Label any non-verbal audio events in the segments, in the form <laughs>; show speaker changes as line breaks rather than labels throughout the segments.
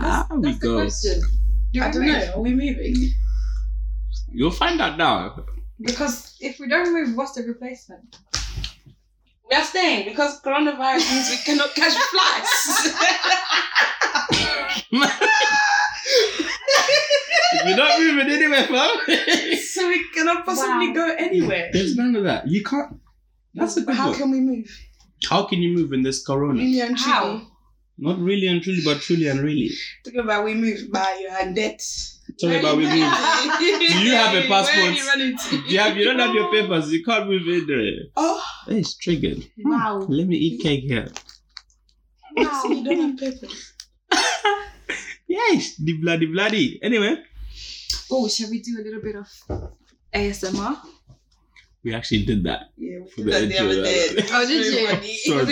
There we
That's the
go.
question. Do we
I don't
move?
know. Are we moving?
You'll find out now.
Because if we don't move, what's the replacement?
We are staying because coronavirus means we cannot <laughs> catch flights.
You're not moving anywhere, fam.
<laughs> so we cannot possibly
Wow.
go anywhere.
<laughs> There's none of that. You can't. That's a good
How
one.
can we move?
How can you move in this corona?
Really and
How?
truly.
Not really and truly, but truly and really.
Talking about we move by your debt.
Tell me about we
<laughs>
move.
Do
you have a
Where are
passport?
you running to?
You have you don't have your papers. You can't move in there.
Oh,
It's triggered. Hmm,
Wow.
Let me eat cake here.
so you don't have papers.
Yes, the bloody bloody. Anyway,
Oh, shall we do a little bit of ASMR?
we actually did that.
Yeah, we
For
did
the
that the
intro,
other day.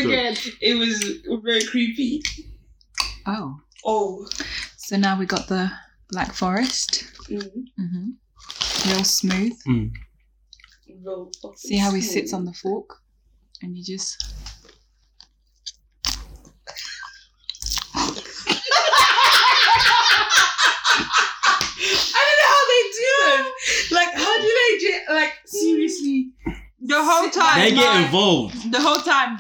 <laughs> yeah. Oh, Sorry, sorry.
It was very funny. It was good.
did you?
It was very creepy.
Oh.
Oh.
So now we got the Black Forest.
Mm.
Mm-hmm. Real smooth.
Real fucking
See how he
smooth.
sits on the fork? And you just.
I don't know how they do it. Like, how do they get, like, seriously?
The whole
Sit
time.
back.
They get
Mine.
involved.
The whole time.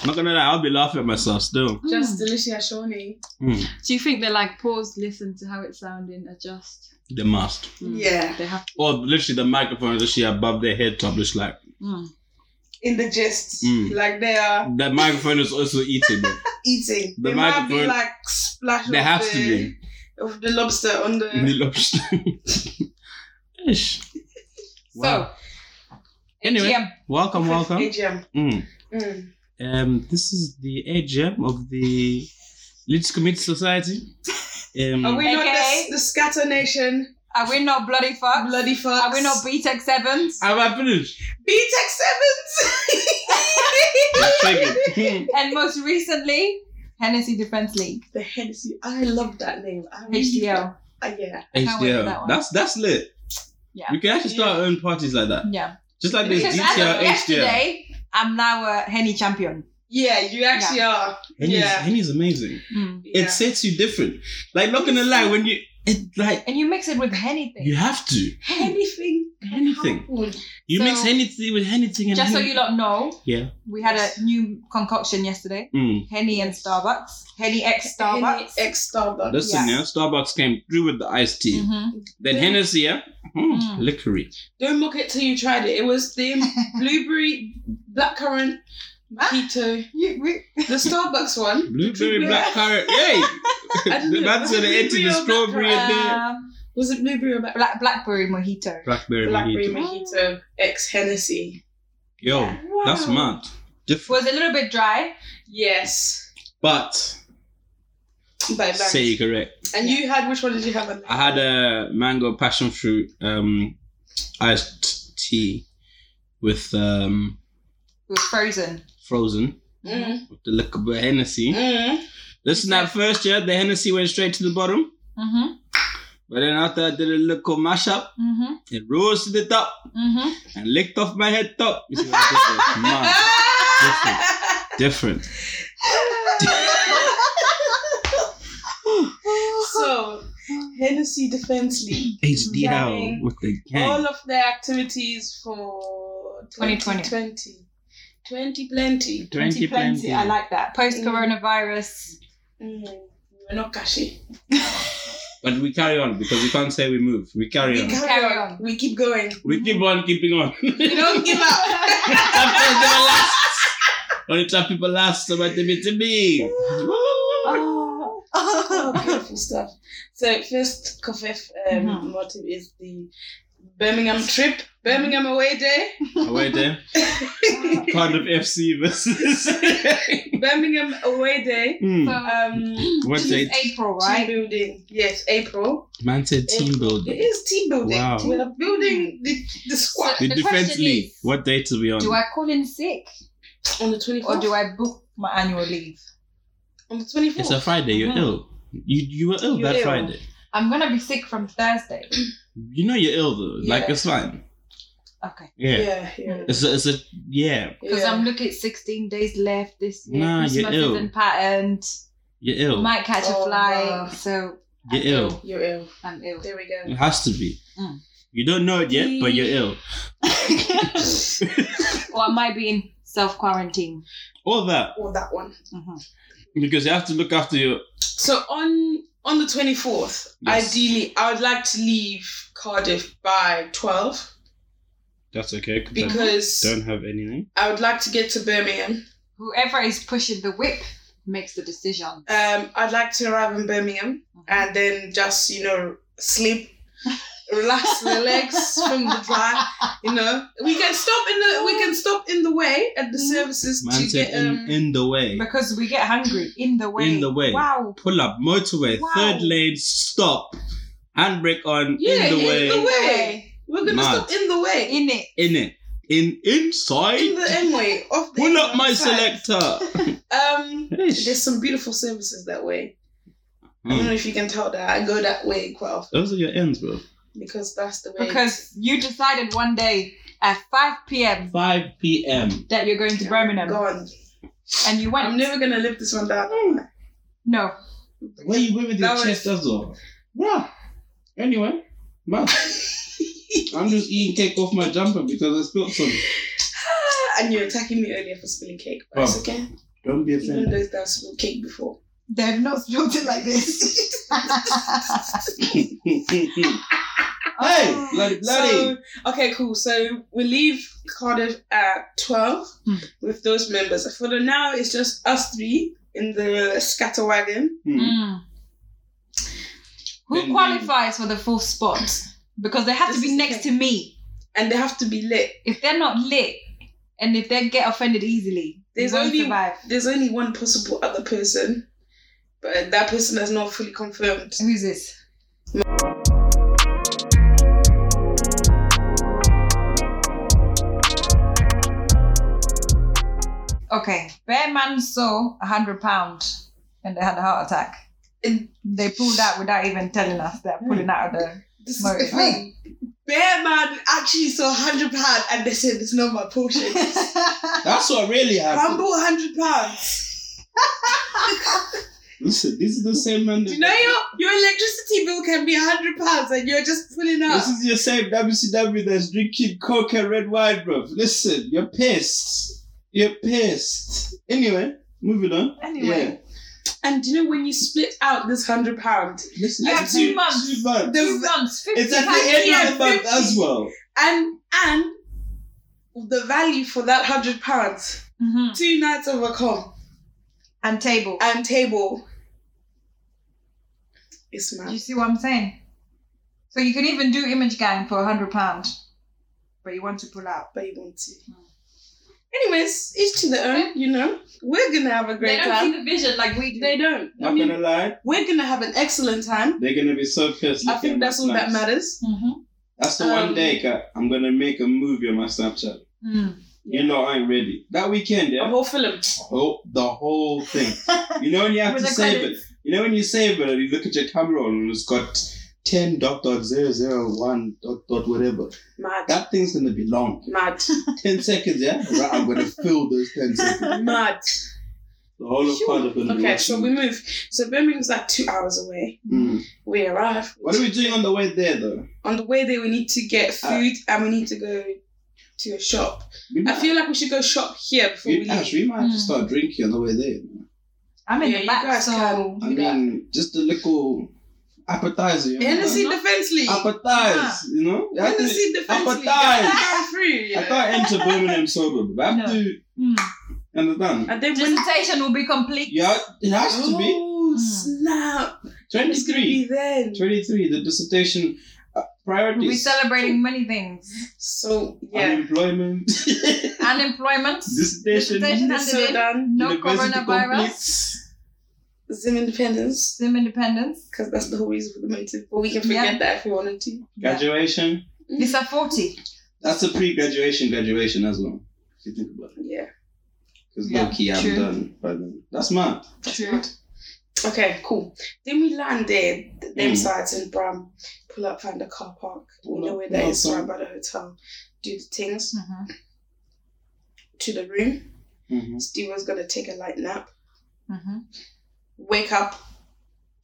I'm not gonna lie, I'll be laughing at myself still.
Hmm.
Just Delicia Shawnee.
Hmm,
Do you think they like pause, listen to how it's sounding, adjust?
They must.
Hmm.
Yeah.
They have.
Or literally the microphone is literally above their head top. It's like
Mm.
In the gist.
Mm.
Like, they are
that microphone is also eating.
<laughs>
them.
eating.
The
they might be,
microphone-
like, splash
There
of
has to
the,
be.
Of the lobster on the.
The lobster. <laughs> Ish. Wow. Anyway,
AGM.
welcome, welcome.
AGM.
Mm.
Mm.
Um, this is the AGM of the Leeds Community Society. Um,
Oh,
Are we not
AKA?
the, the Scatter Nation?
Are we not bloody fucked?
Bloody fucks.
Are we not BTEC sevens?
Have I
<laughs>
finished? Let's
BTEC
take
7s!
it.
and most recently, Hennessy Defense League
<laughs> the Hennessy. I love that name. I really-
HDL.
Uh, yeah.
can't wait for that
HDL.
one.
That's that's lit.
Yeah.
We can actually start our own parties like that.
<laughs> Yeah,
Just like E this
because as of
DTL, HDL.
yesterday, I'm now a Henny champion.
Yeah, you actually are.
Henny's,
Yeah.
Henny's amazing.
Mm.
Yeah.
It sets you different. Like not gonna lie, when you it like
And you mix it with anything.
you have to.
anything.
Anything.
Powerful.
You
So-
mix anything with anything and
Just so
Henny-
you lot know,
Yeah.
we had a new concoction yesterday.
Mm.
Henny and Starbucks. Henny X Starbucks.
Henny X Starbucks.
Listen,
Yeah.
yeah. Starbucks came through with the iced tea.
Mhm.
Mm-hmm.
Then Hennessy, yeah? Mm,
Mm.
Licorice.
Don't mock it till you tried it. It was <laughs> the blueberry, blackcurrant, keto.
You- we-
The <laughs> Starbucks one.
Blueberry
Blueberry.
black
<laughs>
carrot. Yay!
I don't
The <laughs>
know.
man's gonna
Blueberry
enter the
or
strawberry
blackcurrant?
and then
Uh,
Was it blueberry or black-
black blackberry mojito.
blackberry
blackberry
mojito.
mojito.
mojito? Ex Hennessy.
Yo, that's
Wow.
mad. Different.
Was a little bit dry.
Yes.
But
Bye bye.
say you correct.
And you had which one did you have? on there?
I had a mango passion fruit um iced tea with um
It was frozen.
frozen
Mm.
with the liquor but Hennessy.
<laughs> Mm.
Listen that first year the Hennessy went straight to the bottom.
Mm-hmm.
But then after I did a little mashup,
Mm-hmm.
it rose to the top
Mm-hmm.
and licked off my head top. You see what I did there? Mad.
<laughs>
different.
so, Hennessy Defense League.
HDL
Gang.
with the
All
gang.
of their activities for
2020.
2020. 20 plenty.
20 plenty.
I like that. Post coronavirus.
Mm. We're not cashing.
But we carry on because we can't say we move. We carry on.
We carry on.
We keep going.
We keep on keeping on.
We don't give up.
Some people last. Only some people last. So my timmy timmy.
<laughs> oh, beautiful stuff. So, first coffee um,
Mhm.
motive is the Birmingham trip, Birmingham away day.
Away there. Cardiff FC versus.
Birmingham away day.
Hmm.
<laughs> So,
Um,
What's
this is
it?
April,
team
right?
building. Yes, April.
Man said team
It
building.
is team building.
Wow.
We are building the, the squad
The
The
defense
question
league.
is-
What day to be on?
Do I call in sick
on the twenty
or
fourth.
do I book my annual leave?
On the twenty
It's a
fourth.
Friday. You're
Mhm.
ill. You you were ill
You're
that
ill.
Friday.
I'm gonna be sick from Thursday.
You know you're ill though. Like
Yeah.
it's fine.
Okay.
Yeah.
Yeah, yeah.
It's a, it's a yeah.
Because
yeah.
Mm-hmm. I'm looking at 16 days left this year.
Nah, you're
Christmas
ill.
isn't patterned.
You're ill.
Might catch a
Oh,
fly.
wow.
So
You're ill.
You're ill.
I'm ill.
There we go.
It has to be.
Mm.
You don't know it yet, but you're ill.
or I might be in self quarantine.
All that
Or that one.
Mm-hmm.
because you have to look after your.
So on on the twenty fourth,
Yes.
ideally, I would like to leave Cardiff by twelve
That's okay. 'cause I
because
don't have anything.
I would like to get to Birmingham.
Whoever is pushing the whip makes the decision.
Um, I'd like to arrive in Birmingham and then just you know sleep. Relax the legs from the drive. You know we can stop in the we can stop in the way at the
Mhm.
services
Man
to
said
get um,
in, in the way.
Because we get hungry in the way.
In the way.
Wow.
Pull up, motorway,
Wow.
third lane, stop, handbrake on,
yeah
in the
in
way,
the way.
way.
We're gonna
Mad.
stop in the way
In it.
in it, in inside.
in the M way off the
Pull up my
M side. <laughs>
selector.
Um,
Ish.
there's some beautiful services that way. I don't
Mm.
know if you can tell that I go that way quite often
Those are your ends, bro.
because that's the way.
Because you decided one day at 5 p.m.
5 p.m.
that you're going to Birmingham.
gone.
And you went.
I'm never gonna live this one down.
Hmm. no.
Why you went with your
That was-
chest as well? Yeah. Anyway, man.
<laughs>
I'm just eating cake off my jumper because I spilled some.
<laughs> and you're attacking me earlier for spilling cake, but it's
Wow.
okay.
Don't be
Even <laughs>
offended.
though I've spilled cake before.
They've not spilled it like <laughs> this.
hey, bloody, bloody.
Oh, So okay, cool. So we leave Cardiff at twelve
Hmm.
with those members. For the now, it's just us three in the scatter wagon.
Hmm.
Mm. Who
Then-
qualifies for the fourth spot? Because they have to
This
be
is
next
okay.
to me.
and they have to be lit.
If they're not lit and if they get offended easily,
There's
they won't
only-
survive.
There's only one possible other person, but that person is not fully confirmed.
Who's this? Okay, bear man saw a hundred pound and they had a heart attack.
And
They pulled out without even telling us they're pulling out of <laughs> the
this
motor.
is the thing. Bear man actually saw hundred pound, and they said it's not my portion.
<laughs> That's what really happened.
Humble hundred pounds.
Listen, this is the same man.
Do you know your your electricity bill can be hundred pounds, and you're just pulling out.
This is your same WCW that's drinking coke and red wine, bro. Listen, you're pissed. You're pissed. Anyway, moving on.
Anyway.
and do you know when you split out this hundred pound,
Yeah. Listen,
You have
it's
two
you-
months.
Two months.
two
There's-
months, 50
It's at
pounds
the end
here.
of the month
50.
as well.
and and the value for that hundred pounds,
Mhm.
two nights of a com
And table.
and table. It's mad.
Do you see what I'm saying? So you can even do image gang for a hundred pound, but you want to pull out.
but you want to.
Mm.
Anyways, each to their own, you know. We're gonna have a great time.
the vision like we
They don't. I
Not
mean,
gonna lie,
we're gonna have an excellent time.
they're gonna be so pissed.
I
looking
think
at my
that's all that
snaps.
matters.
Mhm.
That's the
Um,
one day Kat, I'm gonna make a movie on my Snapchat.
Mm.
You know I ain't ready. That weekend,
A
yeah.
whole film.
Oh, the whole
<laughs>
thing. You know when you have
With
to
the
save it.
credits.
You know when you save it and you look at your camera roll and it's got ten dot dot zero zero one dot dot whatever.
Mad.
That thing's gonna be long.
Mad.
Ten seconds, yeah. Right, I'm
<laughs>
gonna fill those ten seconds. <laughs>
Mad.
The whole of
Sure.
part of it.
Okay, so we move. So Birmingham's like two hours away.
Mm.
We arrive.
What Uh, are we doing on the way there though?
On the way there, we need to get food and we need to go to a shop.
We
I
might,
feel like we should go shop here before we Hmm.
we, Ash,
leave.
we might have to
Mm.
start drinking on the way there. man.
I'm in
Yeah,
the
you
back,
guys
so
can
I mean, just a little appetizer. You know?
Hennessy defensely.
Ah.
Appetize, you know? You have to-
Hennessy defensely.
appetize.
Come through, you
I
know?
can't enter Birmingham sober, but I have
No.
to
mm.
understand.
And then when
dissertation will be complete.
Yeah, it has to be.
Oh
Mm.
snap! It's gonna
23.
be then.
23, the dissertation uh,
We'll be
priorities.
celebrating many
<laughs>
things:
So yeah,
Unemployment,
unemployment,
dissertation,
Dissertation.
this so
Handed in.
done.
<laughs>
no
university
coronavirus,
completes.
Zim independence,
sim independence.
because that's the whole reason for the motive. But we can forget
Yeah.
that if we wanted to.
Yeah.
Graduation.
It's a forty.
That's a pre graduation graduation as well, if you think about it.
Yeah.
Because
Yeah,
low key, I'm
true.
done by then. That's mad.
True.
Okay, cool. Then we land there, th- them
Mm.
sides in Bram. Pull up, find a car park. We
Pull
know
up,
where
pull
that
up,
is,
pull
right
up.
by the hotel. Do the things
Mhm.
to the room.
Mhm.
Mm-hmm.
Steve was gonna take a light nap.
Mhm.
Wake up,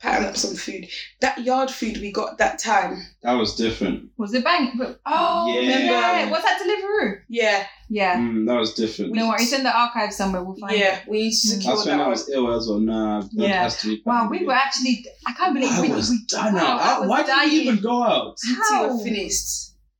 pattern up some food. That yard food we got that time.
That was different.
Was it bang? but- Oh,
Yeah.
yeah. Was that Deliveroo?
Yeah,
Yeah.
Mm, that was different.
No worries. It's in the archive somewhere. We'll find it.
yeah. We need to secure
Hmm. That's when
that
I
one.
was ill as well. Nah, that
Yeah.
has to be.
Wow, we were actually. I can't believe
I
we.
was
we
done
wow,
out.
I
I-
was
Why did we
dying.
even go out?
You two
How?
were finished.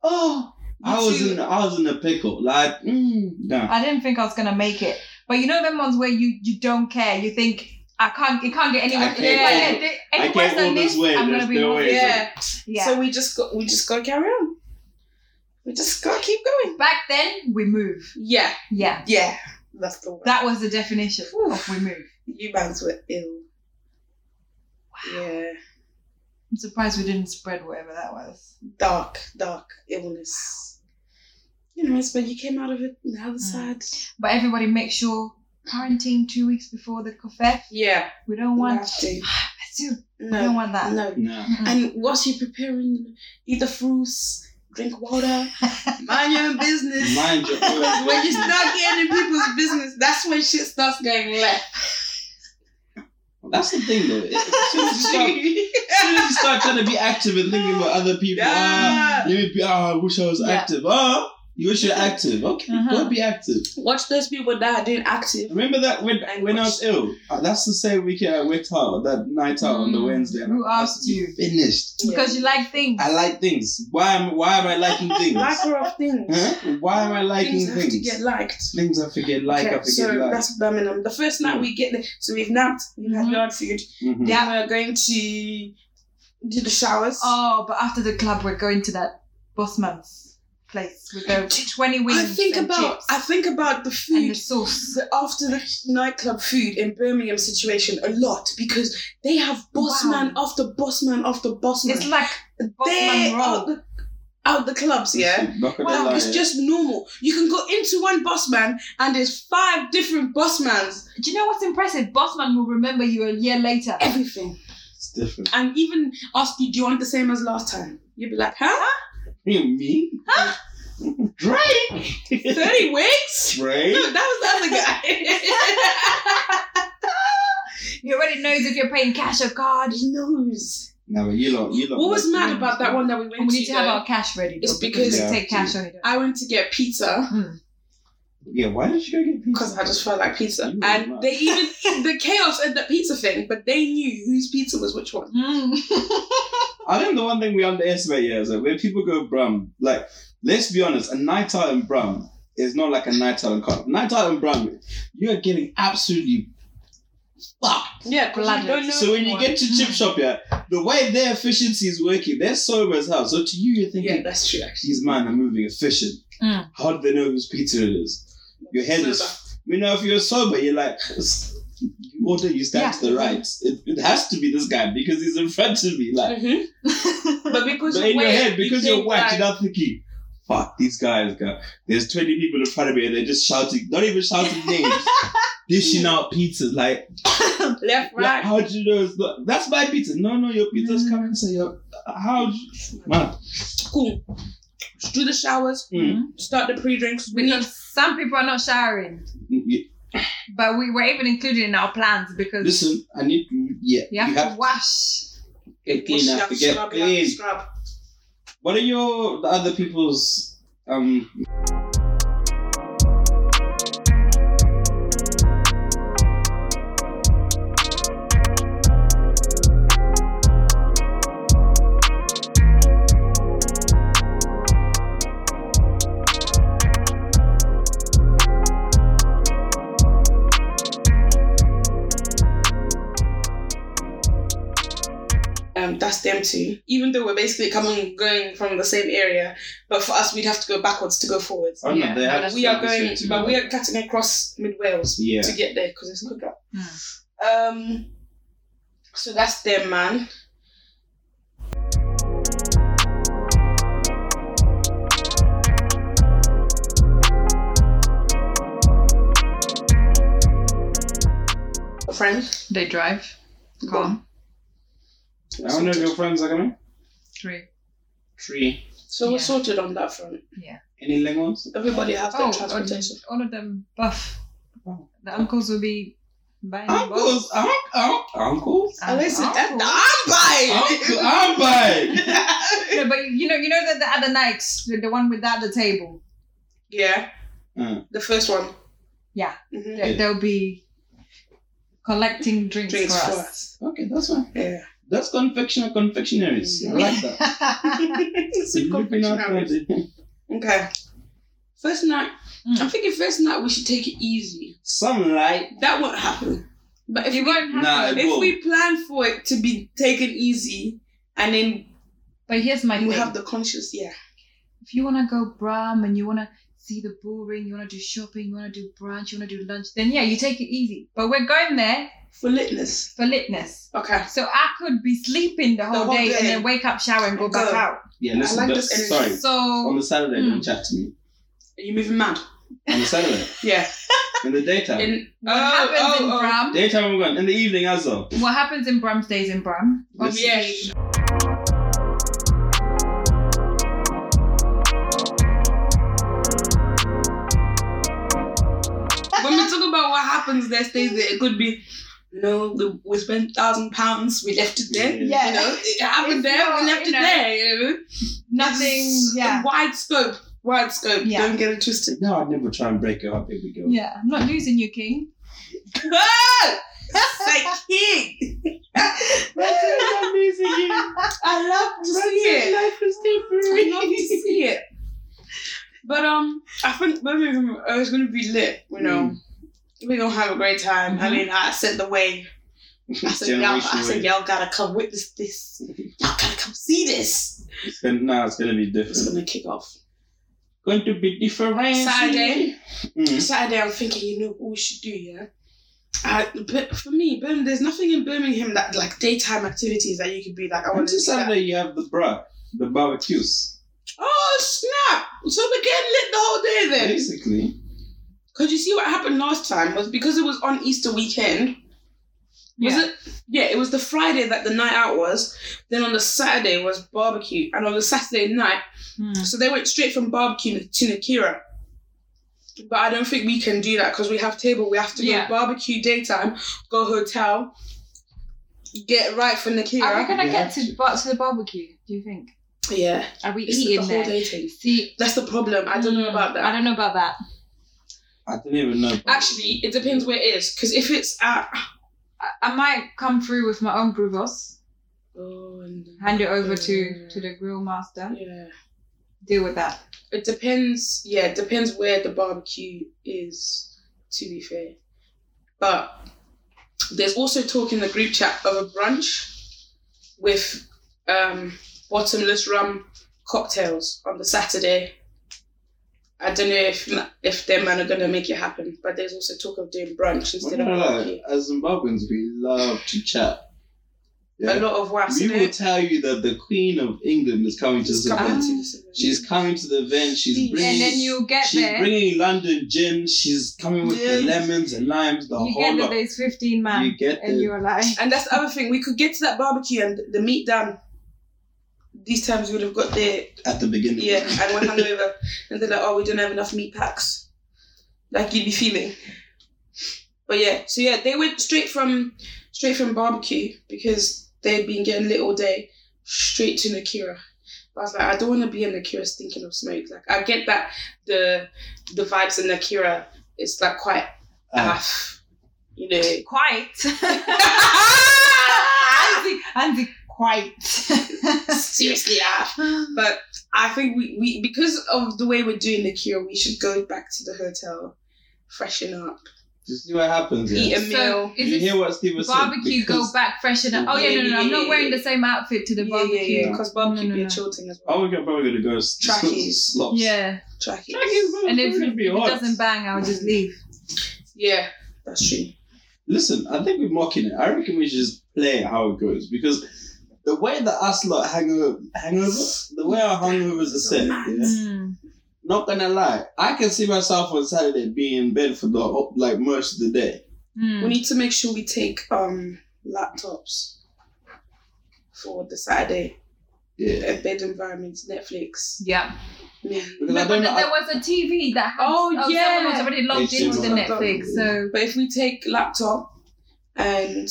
Oh, I
You
was
two-
in. I was in a pickle. Like, mm, nah.
I didn't think I was gonna make it. But you know them ones where you you don't care. You think I can't. It can't get any.
I
worse-
can't-
if I
Yeah.
get thi-
I
any
can't
worse than
all this
this,
way,
I'm
there's
gonna be.
no
wrong.
way.
Yeah.
Yeah.
So we just got we just gotta carry on. We just gotta keep going.
back then we move.
Yeah,
Yeah.
yeah. That's the one.
That was the definition of we move.
you bands were ill. Yeah.
I'm surprised we didn't spread whatever that was.
Dark, dark illness. You know, it's when you came out of it on the other
Mm.
side.
But everybody, make sure quarantine two weeks before the coffee.
Yeah.
We don't
you
want.
have to.
Let's do- We don't
No.
want that.
No.
Nah.
Mm-mm.
And whilst you're preparing, eat the fruits, drink
<laughs>
water, mind your own business.
Mind your own
when you
business.
start getting in people's business, that's when shit starts going left.
That's the thing, though. As soon as you
<laughs>
start, as soon as you start trying to be active and thinking about other people, ah,
Yeah.
you would be. Ah, I wish I was
Yeah.
active. Ah, you wish you're active. Okay,
Uh-huh.
go be active.
Watch those people that are doing active.
Remember that when
And
when I
watch-
was ill. Uh, That's the same weekend I went out that night out on the
Mm.
Wednesday. and
Who
I was
asked you?
Finished.
<laughs> because you like things.
I like things. Why am Why am I
<laughs>
liking things?
Liker of things.
Huh? Why am I liking
things have
things?
to get liked.
Things I forget like, I
Okay,
forget
so
like.
that's Birmingham. The first
Hmm.
night we get there, so we've napped, we've
Mhm.
had yard food.
Mhm.
Yeah.
Yeah, we're going to do the showers.
Oh, but after the club, we're going to that Bossman's place. We
<gasps>
go twenty wings.
I think
and
about
chips
I think about the
and
food
the sauce.
the- after the nightclub food in Birmingham situation a lot because they have boss
Wow.
man after boss man after boss man.
It's like
They're
Bossman
out
roll.
the, out the clubs, yeah.
Not gonna
Like,
lie.
it's just normal. You can go into one boss man and there's five different boss mans.
Do you know what's impressive? Bossman will remember you a year <laughs> later.
Everything.
It's different. <laughs>
And even ask you, do you want the same as last time? You'd be like, huh?
You mean
<gasps>
me? Drake.
30 wigs?
Drake.
<laughs> No, that was the other guy.
He already knows if you're paying cash oh or card.
<laughs> he knows.
No, but you lot, you lot.
What was mad about that one that we went
And we need
to?
to have
though?
our cash ready. though,
It's
we
because-
take cash on it.
I went to get pizza
Yeah, why did you go get pizza?
because I just felt like pizza.
You were
and
mad.
they even, the chaos at that pizza thing, but they knew whose pizza was which one.
Mm.
I think the one thing we underestimate here is that when people go Brum, like, let's be honest, a night out in Brum is not like a night out in Cardiff. Night out in Brum, you are getting absolutely fucked.
Yeah, 'cause
Bloodless.
you don't know.
So when you get to chip shop, yeah, the way their efficiency is working, they're sober as hell. So to you, you're thinking,
yeah, that's true, actually.
these men are moving efficient.
Mm.
How do they know whose pizza it is? Your head
Sober.
is. You know, if you're sober, you're like, "It's- you order, you stand to the right. It, it has to be this guy because he's in front of me. Like,
Mhm. <laughs> But because
but
you're
in your
wet,
head, because
you
you're
think,
whacked,
like,
you're not thinking, fuck, these guys, go. There's 20 people in front of me and they're just shouting, not even shouting
<laughs>
names, dishing out pizzas. Like, like,
left, right.
how do you know it's not, that's my pizza? No, no, your pizza's
Mm.
coming, so your, how, man,
Cool. Do the showers. Start the pre-drinks. We need.
because some people are not showering,
you-
but we were even included in our plans because
listen, I need, yeah,
you have to wash.
get clean,
wash it
I have
up,
to get
scrub it up,
clean.
scrub.
What are your the other people's um
um, that's them too. Even though we're basically coming going from the same area, but for us we'd have to go backwards to go forwards.
I don't know,
Yeah,
they
no,
have
that's-
we are going,
to
but we are cutting across mid Wales
yeah.
to get there because it's quicker.
Hmm.
Um, so that's them, man. A friend.
They drive. Go on.
I don't know if your friends are coming.
Three.
Three.
So
Yeah.
we're sorted on that front.
Any Lingons?
Everybody has
Oh,
their transportation.
all of them buff.
Oh.
The uncles will be Buying
Uncles, unc, unc, uncles.
Um,
Unless it- that-
uncle.
<laughs>
Uncle,
I'm
I'm buying.
buying.
No, but you know, you know that the other night, the, the one without the table,
yeah.
Mm.
The first one.
Yeah.
Mhm.
they,
Yeah.
they'll be collecting drinks,
Drinks
for
for
us.
us.
Okay, that's fine.
Yeah.
<laughs>
<laughs>
That's confectioner confectionaries. I like that.
It's a
You're looking out for
confectionery.
the-
Okay.
First night,
Mm.
I'm thinking first night we should take it easy.
Sunlight.
That won't happen. But if
you
we,
won't have
Nah, it
if
won't.
we plan for it to be taken easy, and then
But here's my
You
thing.
have the conscious, yeah.
if you want to go bram and you want to see the bull ring, you want to do shopping, you want to do brunch, you want to do lunch, then yeah, you take it easy. But we're going there
For litness.
for litness.
Okay.
So I could be sleeping the whole,
whole
day, and
day.
then wake up, shower, and go back
Go.
out.
Yeah, listen.
like
but-
this energy.
sorry. On
So
the Saturday,
Mm.
Hmm.
don't chat to me.
Are you moving mad?
On the Saturday,
<laughs> Yeah.
<laughs> in the daytime.
In,
what happens in Bram?
Daytime, I'm gone. In the evening as well.
What happens in Bram stays in Bram.
Oh,
This is-
yeah. when we talk about what happens there stays there, it could be, you know, the, we spent thousand pounds, we left it there.
Yeah.
You know, it happened
It's
there,
not,
we left
you
it
know.
there. You know?
Nothing.
It's
Yeah.
Wide scope.
Wide scope.
Yeah.
Don't get it twisted.
No, I'd never try and break it up. Here we go.
Yeah. I'm not losing you, King. <laughs>
Say king.
I'm losing you.
I love to <laughs> see it.
Life is
I love to see it. But um, I think Birmingham uh, is going to be lit.
You know,
Mm.
we're gonna have a great time. I
Mhm.
mean, I said the way. I said, y'all, I
Generational
said
wave.
y'all gotta come witness this. Y'all gotta come see this.
It's gonna, nah, it's gonna be
It's
different.
gonna kick off.
Going to be different.
Saturday.
Mm.
Saturday, I'm thinking, you know what we should do, yeah? I, but for me, Birmingham, there's nothing in Birmingham that like daytime activities that you could be like, I want to
Until
do that.
Saturday, you have the bra, the barbecues.
Oh snap! So we're getting lit the whole day then.
Basically,
Because you see what happened last time was because it was on Easter weekend. Was
Yeah.
it? Yeah, it was the Friday that the night out was. Then on the Saturday was barbecue, and on the Saturday night,
Mm.
so they went straight from barbecue to Nakira. But I don't think we can do that because we have table. We have to go
Yeah.
barbecue daytime, go hotel, get right for
Are we
Nakira.
gonna
Yeah.
get to bar- to the barbecue? Do you think?
Yeah,
Are we
it's the
eating
whole
there?
day thing.
See,
That's the problem. I don't know
mm,
about that.
I don't know about that.
I don't even know.
Actually, it depends where it is. Because if it's at
I, I might come through with my own brewos,
oh, and,
hand it over
Hmm.
to to the grill master.
yeah.
Deal with that.
It depends. Yeah, it depends where the barbecue is. To be fair, but there's also talk in the group chat of a brunch with um, bottomless rum cocktails on the Saturday. I don't know if if them man are gonna make it happen, but there's also talk of doing brunch
We're
instead of
not allowed.
barbecue.
As Zimbabweans, we love to chat.
A lot of waps.
We
in
will
it.
tell you that the Queen of England is coming to this
It's coming
event.
to this event.
She's coming to the event. She's bringing.
And then you get
she's
there.
bringing London gin. She's coming with the
Yes.
lemons and limes. The
you
whole
get that
lot.
there's 15
you
man,
get
and
the
you're like,
And that's the other thing. We could get to that barbecue and the meat done. These times we would have got there
at the beginning.
Yeah, and we're hungover. And they're like, oh, we don't have enough meat packs. Like you'd be feeling. But yeah, so yeah, they went straight from straight from barbecue because they'd been getting lit all day, straight to Nakira. I was like, I don't want to be in Nakira stinking of smoke. Like I get that the the vibes in Nakira is like quite
Ah,
aff, you know. <laughs>
<laughs> quite. Andy, Andy,
<laughs>
quite.
Seriously ah. aff. But I think we, we because of the way we're doing the cure, we should go back to the hotel, freshen up,
you see what happens. Yeah.
eat a
so
meal.
you
is
hear what Steve
it
was
barbecue
saying?
go back freshen up? Oh yeah, no, no, no, I'm not wearing the same outfit to the
yeah,
barbecue.
yeah, yeah, because barbecue
No, no,
be
no.
a chill thing as well.
Oh, we're probably gonna go s-
Trackies.
<laughs> slops.
Yeah.
Trackies.
Trackies.
and if
It's gonna
if
be
it
hot.
doesn't bang, I'll just leave.
Yeah, that's true.
Listen, I think we're mocking it. I reckon we should just play it how it goes because the way that us lot hangover, hangover, the way our hangovers are set, yeah,
Mm.
not gonna lie, I can see myself on Saturday being in bed for the whole- like most of the day.
Mm.
We need to make sure we take um laptops for the Saturday.
Yeah,
A bed environment, Netflix.
Yeah.
maybe.
because I
But
don't know.
there
I,
was a TV that had,
Oh,
someone
yeah.
was already logged
It's
into the
just-
Netflix, so
But if we take laptop and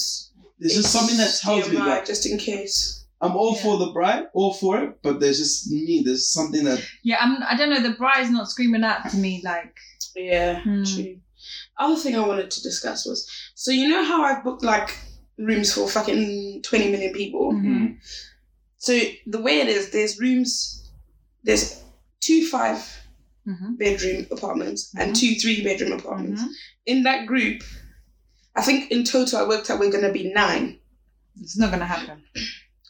There's just something that tells me
TMI,
like
just in case.
I'm all for the bribe, all for it, but there's just me. There's something that
Yeah, I'm, I don't know. The bride's not screaming out to me like.
Yeah,
Hmm.
true. Other thing I wanted to discuss was so you know how I've booked like rooms for fucking twenty million people.
Mm,
mhm.
So the way it is, there's rooms, there's two five
Mhm.
bedroom apartments and
Mhm.
two three bedroom apartments.
Mhm.
In that group, I think in total I worked out we're gonna be nine.
It's not gonna happen.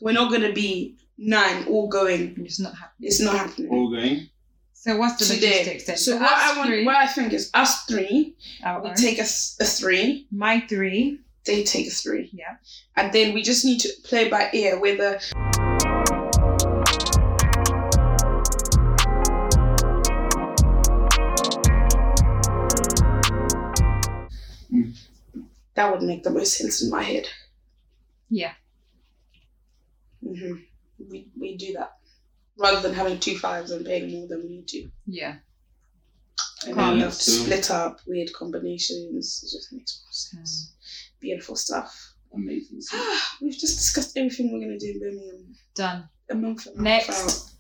We're not gonna be nine all going.
It's not happening.
It's not happening.
all going.
So what's the
Today.
logistics then?
So what
us
I want,
three,
what I think is us three,
our
we
own,
take a, th- a three.
my three.
they take three.
Yeah.
And then we just need to play by ear whether.
Mm.
That would make the most sense in my head.
Yeah.
hmm We, we do that rather than having two fives and paying more than we need to.
Yeah.
And
Oh,
then you
yeah,
have to
so-
split up weird combinations. It just makes more sense. Beautiful stuff.
Amazing. <laughs>
We've just discussed everything we're gonna do in Birmingham.
Done.
A month from now.
Next.
Wow.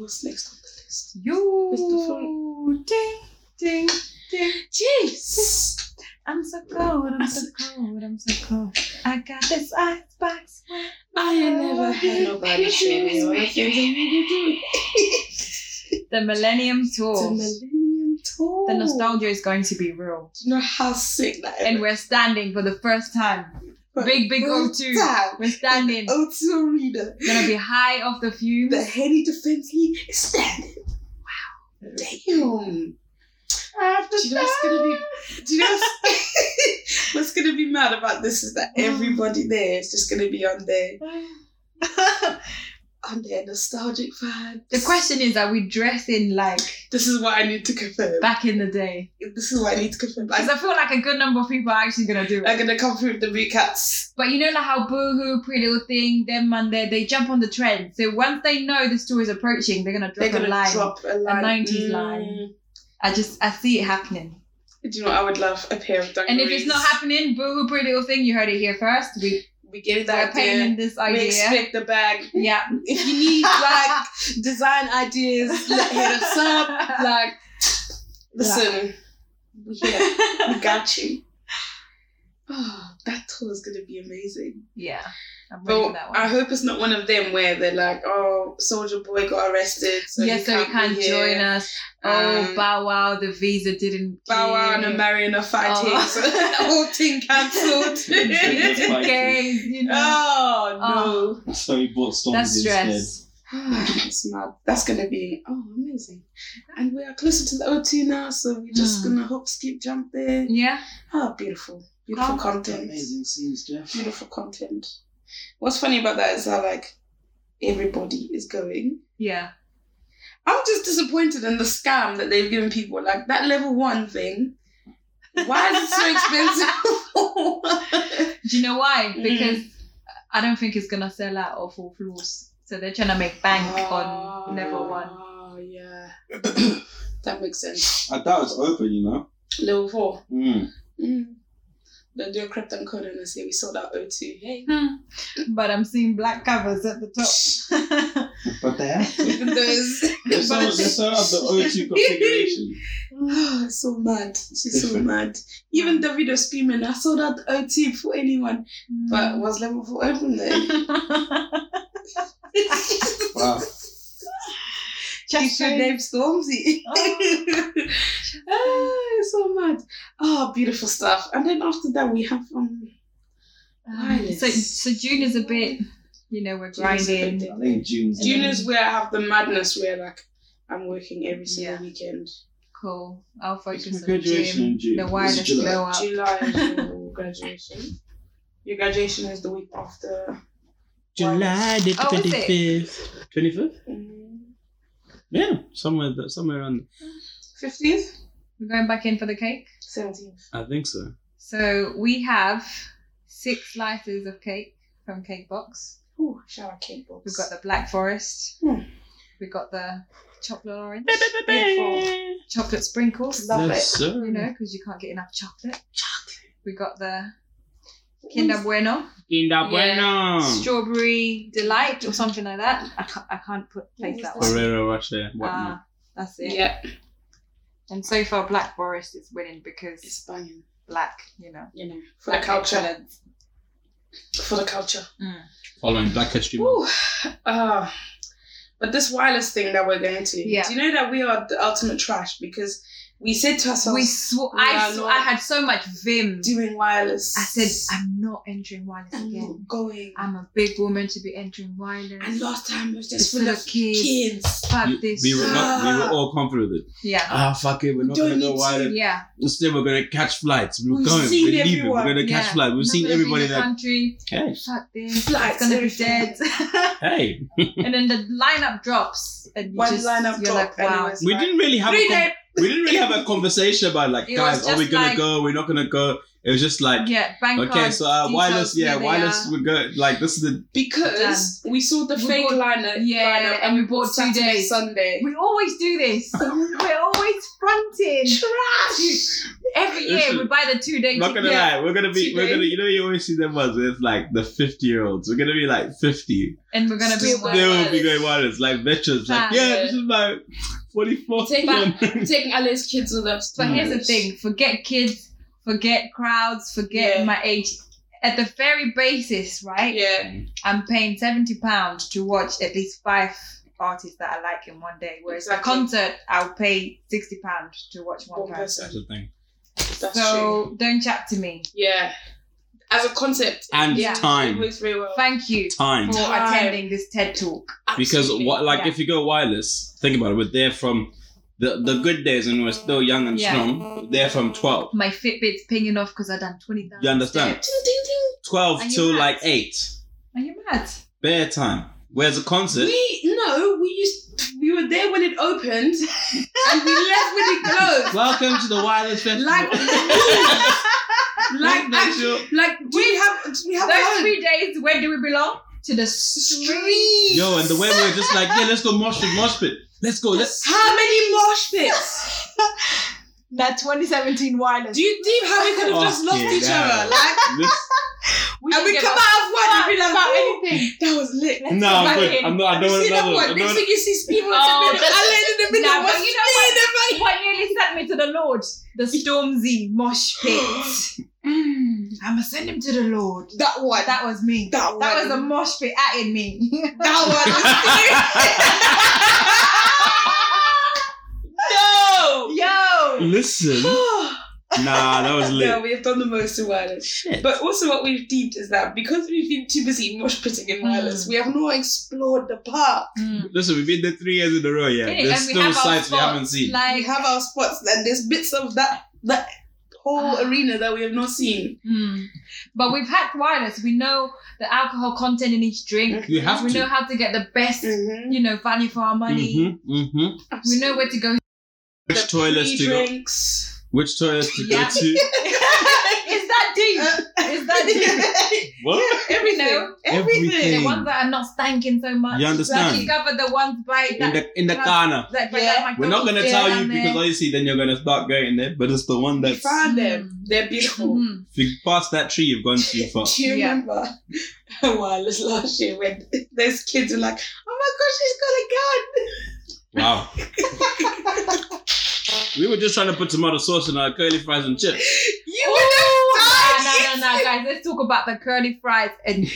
What's next on the list?
You ding ding ding.
Jeez!
I'm so cold. I'm so cold. I'm so cold. I got this icebox.
I ain't never had nobody show me all the things I need to do.
The Millennium
It's a
Tour.
millennium tour.
The nostalgia is going to be real.
Do you know how sick that is?
And we're standing for the first time. Big, big O2. We're
<laughs>
standing.
O2 Arena.
Gonna be high off the
The
fumes.
Henny Defense League is standing. Wow. Damn. Do you know what's gonna be? Do you know what's, <laughs> what's gonna be mad about this is that everybody there is just gonna be on their <laughs> on their nostalgic vibe.
The question is, are we dressing like
This is what I need to confirm.
back in the day?
This is what I need to confirm.
Because
I'm,
I feel like a good number of people are actually gonna do it.
I'm gonna come through with the boot cats.
But you know, like how Boohoo, Pretty Little Thing, them and they, they jump on the trend. So once they know the store is approaching, they're gonna drop
They're gonna
a line.
drop a line. Mm.
90s line. I just I see it happening.
Do you know? what? I would love a pair of dungarees.
And if it's not happening, Boohoo, Pretty Little Thing, you heard it here first. We
we get
we're
that idea.
painting this
We
idea.
expect the bag.
Yeah.
If you need like
<laughs>
design ideas, let- hit us up. Like, listen, we here. We got you.
<sighs>
Oh, that tour is gonna be amazing.
Yeah. I'm ready for
But
that one.
I hope it's not one of them where they're like, "Oh, Soldier Boy got arrested, so
yeah,
he
so you
can't,
can't
be
join
here.
us. Oh,
Um,
Bow Wow, the visa didn't.
Bow Wow
give.
and <laughs> Marion are fighting,
Oh.
so the whole thing
<laughs> It's
cancelled.
okay, you
<laughs>
know.
oh no,
So he bought Stormzy
That's stress. Oh.
<sighs> that's mad. That's gonna be oh amazing. And we are closer to the O2 now, so we're just
Hmm.
gonna hop, skip, jump there.
Yeah.
Oh, beautiful, beautiful
Oh.
content,
scenes, Jeff.
beautiful content. What's funny about that is that like everybody is going.
Yeah.
I'm just disappointed in the scam that they've given people. Like that level one thing. Why is it
<laughs>
so expensive? <laughs>
Do you know why?
Mm.
Because I don't think it's gonna sell out all four floors. So they're trying to make bank on level one. <laughs>
Oh yeah, <coughs> that makes sense.
I doubt it's open, you know.
Level four.
Mm.
Mm. Then do a Krypton code and say we sold out O2.
<laughs>
Hey,
But I'm seeing black covers at the top.
But they <laughs> have to.
even though
<laughs>
it's, <sighs>
They're so, they're so out of the O2 configuration.
oh, it's so mad. She's so
Different.
mad.
Mm.
Even Davido screaming, I sold out the O2 for anyone.
Mm.
But was level four open
<laughs>
then?
Wow.
You
Just
should name
<laughs>
Stormzy.
Oh.
ah, it's so mad. Oh, beautiful stuff. And then after that, we have um,
Um, so so June is a bit, you know, we're
June is a bit
grinding.
different.
I think June's.
June is where I have the madness where like I'm working every single
Yeah.
weekend.
Cool. I'll focus
my
on
graduation
June,
in June.
The
It's
wireless
July.
blow up. <laughs>
July is your graduation. Your graduation is the week after.
July the
Oh, is
twenty
it?
fifth. Twenty fifth?
Mm,
Yeah, somewhere that somewhere around.
15th?
We're going back in for the cake.
17th.
I think so.
So we have six slices of cake from Cake Box.
Ooh, shower cake box.
We've got the Black Forest.
Hmm.
We've got the chocolate orange,
Beautiful.
chocolate sprinkles.
Love
yes,
it.
sir.
You know, because you can't get enough chocolate. Chocolate. We got the Kinder Bueno,
Kinder
Yeah.
Bueno.
Hmm.
Strawberry Delight, or something like that. I can't, I can't put place that one.
Ferrero Rocher. Whatnot.
Ah, that's it.
Yeah,
And so far, Black Forest is winning because
it's banging.
black, you know.
You know, for the culture. Mm. For the culture.
Following Black History Month.
Ooh, uh, but this wireless thing that we're going to,
Yeah.
do you know that we are the ultimate trash because we said to ourselves,
We sw-
we
I,
are
sw-
not-
I had so much vim.
doing wireless.
I said, I'm not entering wireless
I'm
again.
not going.
I'm a big woman to be entering wireless.
and last time it was
It's
just full of
kids.
kids.
Fuck
You-
this.
we, were not, we were all confident with it.
yeah.
Ah, fuck it. We're not
Don't
going to go
need
wider.
Yeah,
Instead, we're going to catch flights. We're
We've
going.
seen
We're leaving. We're
everyone.
going to catch
Yeah.
flights. We've
Not
seen
gonna be in
everybody
the
there.
Country,
Hey.
fuck this.
Flights,
It's gonna be
everything.
dead. <laughs>
Hey.
and then the lineup drops, and you
One
just
lineup
you're
drop,
like, wow.
and it was
We
like,
didn't really have a
Three
con-
day.
we didn't really have a conversation about like
It was
guys, are we
just
gonna
like-
go? We're not gonna go. It was just like
Yeah, bank
okay, so uh, wireless, yeah, wireless. We go like this is the
because we saw the
We
fake
bought-
liner,
yeah,
lineup
and we bought two
Saturday,
days.
Sunday.
We always do this. We're always
<laughs>
fronting. <laughs>
Trash.
Every year
Listen,
we buy the two day
not gonna
ticket.
lie, we're gonna be
Two
we're gonna
days.
you know you always see them ones where it's like the fifty year olds. We're gonna be like fifty.
and we're gonna be
Still
They will
wireless.
be going wireless, like veterans, like,
Fam.
yeah, this is my forty four. <laughs>
Take We're taking Ali's kids with us.
But here's the thing: forget kids, forget crowds, forget
Yeah.
my age. At the very basis, right?
Yeah,
I'm paying seventy pounds to watch at least five artists that I like in one day. Whereas
Exactly.
a concert, I'll pay sixty pounds to watch one,
one
person.
person.
thing.
That's true.
So don't chat to me.
Yeah, as a concept,
And
yeah, it
time.
works very well.
Thank you
Time.
for
Time.
attending this TED talk.
Because
Absolutely.
what like
yeah.
if you go wireless, think about it, we're there from the, the good days when we're still young and
Yeah.
strong, there from twelve.
My Fitbit's pinging off because I've done twenty thousand.
You understand?
steps.
Twelve
And you
till
had-
like eight.
Are you mad?
Bare time. Where's a concert?
We no, we used we were there when it opened,
<laughs>
and we left when it closed.
Welcome to the wireless festival.
Like,
<laughs>
like,
Make sure-
like, do we have do we have
Those
our own
three days, where do we belong? To the street.
street?
Yo, and the way we were just like, yeah, let's go mosh pit, mosh pit. Let's go. Let's.
How many mosh pits?
That 2017 wireless.
Do you think how we could have just lost
Fucking
each other?
hell.
Like,
<laughs>
let's-
and we come out of one and be like, oh,
anything.
that was lit.
no, I'm good. I'm not. I don't want
See that
another
one.
one. I
Next
don't
thing you see people
Oh,
in the middle,
that's-
I in the middle,
Nah, but
what's
you know what?
in the middle?
What nearly sent me to the Lord? The Stormzy mosh pit. I'ma send him to the Lord.
That one.
That was me.
That one.
That was the mosh pit out in me.
That one.
<laughs>
no.
Yo!
Listen.
Oh.
Nah, that
<laughs>
was
No,
lit.
we have done the most in wireless.
Shit.
But also, what we've deemed is that because we've been too busy mosh pitting in
Hmm.
wireless, we have not explored the park.
Mm.
Listen, we've been there three years in a row. Yeah,
Yeah,
there's
and we
still
have our
sites we
spots,
haven't seen.
We
Like,
have our spots, and there's bits of that that whole
Ah.
arena that we have not seen.
mm. but we've hacked wireless. We know the alcohol content in each drink.
You have
we
to.
know how to get the best,
Mm.
you know, value for our money.
Mm-hmm, mm-hmm.
We know where to go.
Which
The
toilets to go?
pre-drinks.
Which toilets to go
Yeah. <laughs>
to?
Is that deep? Is that deep?
What?
You
everything.
know,
Everything.
the ones that are not stinking so much.
You understand?
Like you cover the ones by
In
that.
the in the
Yeah.
corner.
Like by
Yeah.
that
We're not gonna
McDonald's
tell
down
you
there.
because obviously then you're gonna start going there. But it's the one
We
that's
found them.
Mm.
They're beautiful.
Mhm.
if you pass that tree, you've gone
<laughs>
too far.
Do you
Yeah.
remember <laughs> wireless last year when those kids were like, "Oh
Wow. we were just trying to put tomato sauce in our curly fries and chips.
my gosh, she's got a gun!" You would have died.
Oh, No, no, no, no, guys. Let's talk about the curly fries and,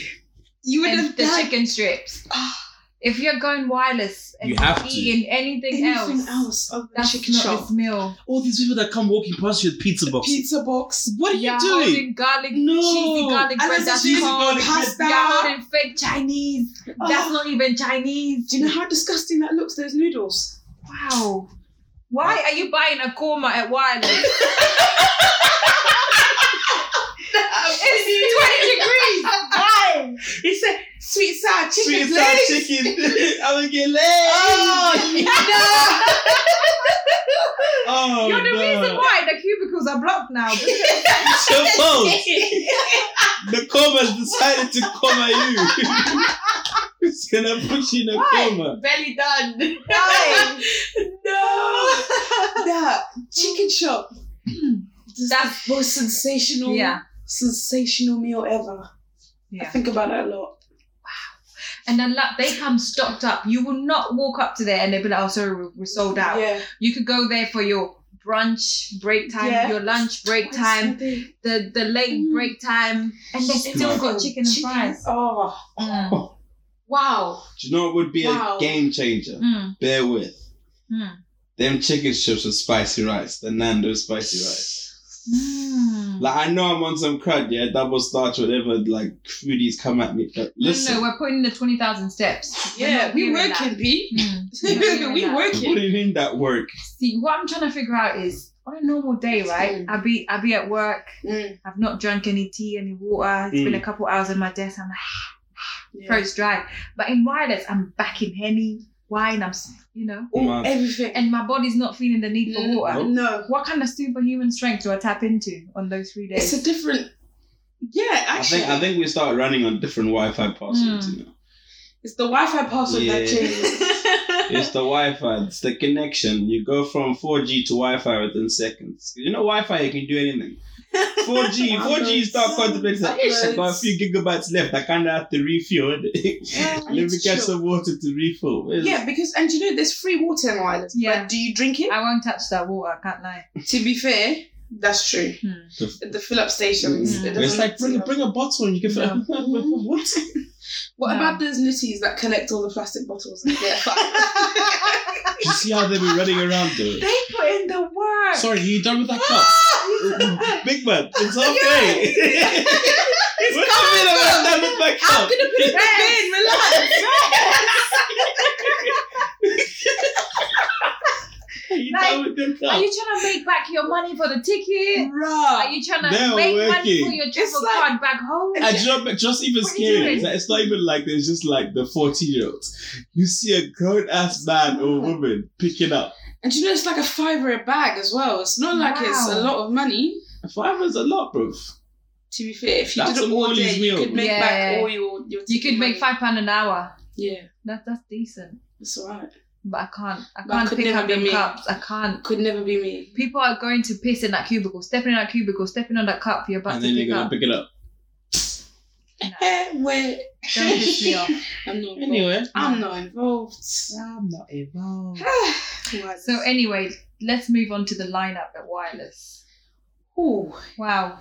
You would
and
have
the
died.
chicken strips.
"Ah."
If you're going wireless and
You have to.
eating anything,
Anything
else,
else of the
that's
chicken
not
shop,
this meal.
All these people that come walking past you with pizza boxes.
pizza box,
What are you
You're
doing?
holding garlic,
No.
cheesy garlic
And
bread
it's
that's
cheesy
cold.
garlic bread.
You're
pasta.
holding fake Chinese. That's
Oh.
not even Chinese.
Do you know how disgusting that looks? Those noodles.
Wow. Why
Ah.
are you buying a korma
<laughs>
at Wireless? it's 20 degrees.
Why? <laughs> It's a sweet sour chicken.
Sweet and sour
legs.
<laughs>
chicken. I would get laid.
Oh, no.
Oh,
You're the
no. <laughs>
reason why the cubicles are blocked now.
It's your fault. The coma's decided to coma you. <laughs> it's gonna put you in a coma.
Belly done.
<laughs> Why?
No. that chicken shop. That's most sensational.
yeah.
sensational meal ever. I
Yeah.
think about that a lot.
And then like, they come stocked up. You will not walk up to there and they'll be like, oh, sorry, we're- we're sold out.
Yeah.
You could go there for your brunch break time,
Yeah.
your lunch break time, the, the late
Mm.
break time, and they still got chicken and fries.
Oh,
Mm.
wow.
Do you know what would be
Wow.
a game changer?
Mm.
Bear with.
Mm.
Them chicken strips with spicy rice, the Nando's spicy rice.
Mm.
Like I know I'm on some crud, yeah, double starch, whatever. Like foodies come at me. But
No,
listen,
no, we're putting the 20,000 steps. We're
Yeah,
not
we
doing
working, B.
that. Mm. We're not
<laughs>
doing
we
that.
what <laughs>
working.
do you mean that work?
See, what I'm trying to figure out is on a normal day, right? I be I be at work.
Mm.
I've not drunk any tea, any water. It's been a couple hours on my desk. I'm like
Yeah.
throat's dry. But in wireless, I'm back in henny wine. I'm s- you know,
Man.
Everything.
and my body's not feeling the need for
Mm.
water.
No.
What kind of superhuman strength do I tap into on those three
It's
days?
a different. Yeah,
I
actually.
think I think we start running on different Wi-Fi passwords.
Hmm.
You know,
It's the Wi Fi password
Yeah.
that
<laughs>
changes.
it's the Wi-Fi, it's the connection. You go from 4G to Wi-Fi within seconds. You know, Wi-Fi you can do anything.
<laughs>
4G, 4G you start contemplating. Like, "Ish, I got a few gigabytes left. I kind of have to refuel. Let <laughs>
Yeah, I need
me
to
get
chill.
some water to refill. It's-
Yeah, because, and you know, there's free water in Ireland.
Yeah.
But do you drink it?
I won't touch that water. I can't lie.
to be fair, that's true.
Hmm.
The, the fill up stations.
Mm.
it doesn't
It's like
look too
bring a,
bad.
bring a bottle and you can fill
No.
what?
<laughs> What
No.
about those nitties that collect all the plastic
<laughs>
bottles and get fucked?
<laughs> You see how they be running around though.
They Ah! put in the work.
Sorry, you done with that
<laughs>
cup? Big man, it's halfway. it's <laughs> what do you mean I'm done with my
I'm
cup?
gonna put it in the bin, relax.
<laughs>
You
Like,
done with your
Are
cup?
you trying to make back your money for the
Mm.
ticket? Are
Bruh.
you trying to
They're
make money for
working.
your travel
like-
card back home?
And you know, but just even
What are you
scary.
doing?
It's, like, it's not even like there's just like the 14 year olds. You see a grown ass man or woman picking up.
And you know it's like a fiver a bag as well. It's not like it's a
Wow.
lot of money.
Five is a lot, bro.
To be fair, if you
That's
did it
a
all
Morley's
day, you
meal.
could make
Yeah.
back all your, your
You
ticket
could make
money.
five pound an hour.
Yeah,
That that's decent.
that's alright.
But I can't. I
But I
can't
could
pick
never
up
be
them
me.
cups. I can't.
Could never be me.
People are going to piss in that cubicle, stepping in that cubicle, stepping on that cup. You're about
and
to
then
pick
you're gonna
up.
pick it up.
Eh, wait.
Don't piss
<laughs>
me off.
I'm not. Involved.
Anyway.
Um,
I'm not
<sighs>
involved.
I'm not involved.
Wireless.
So anyway, let's move on to the lineup at Wireless.
Ooh,
Wow,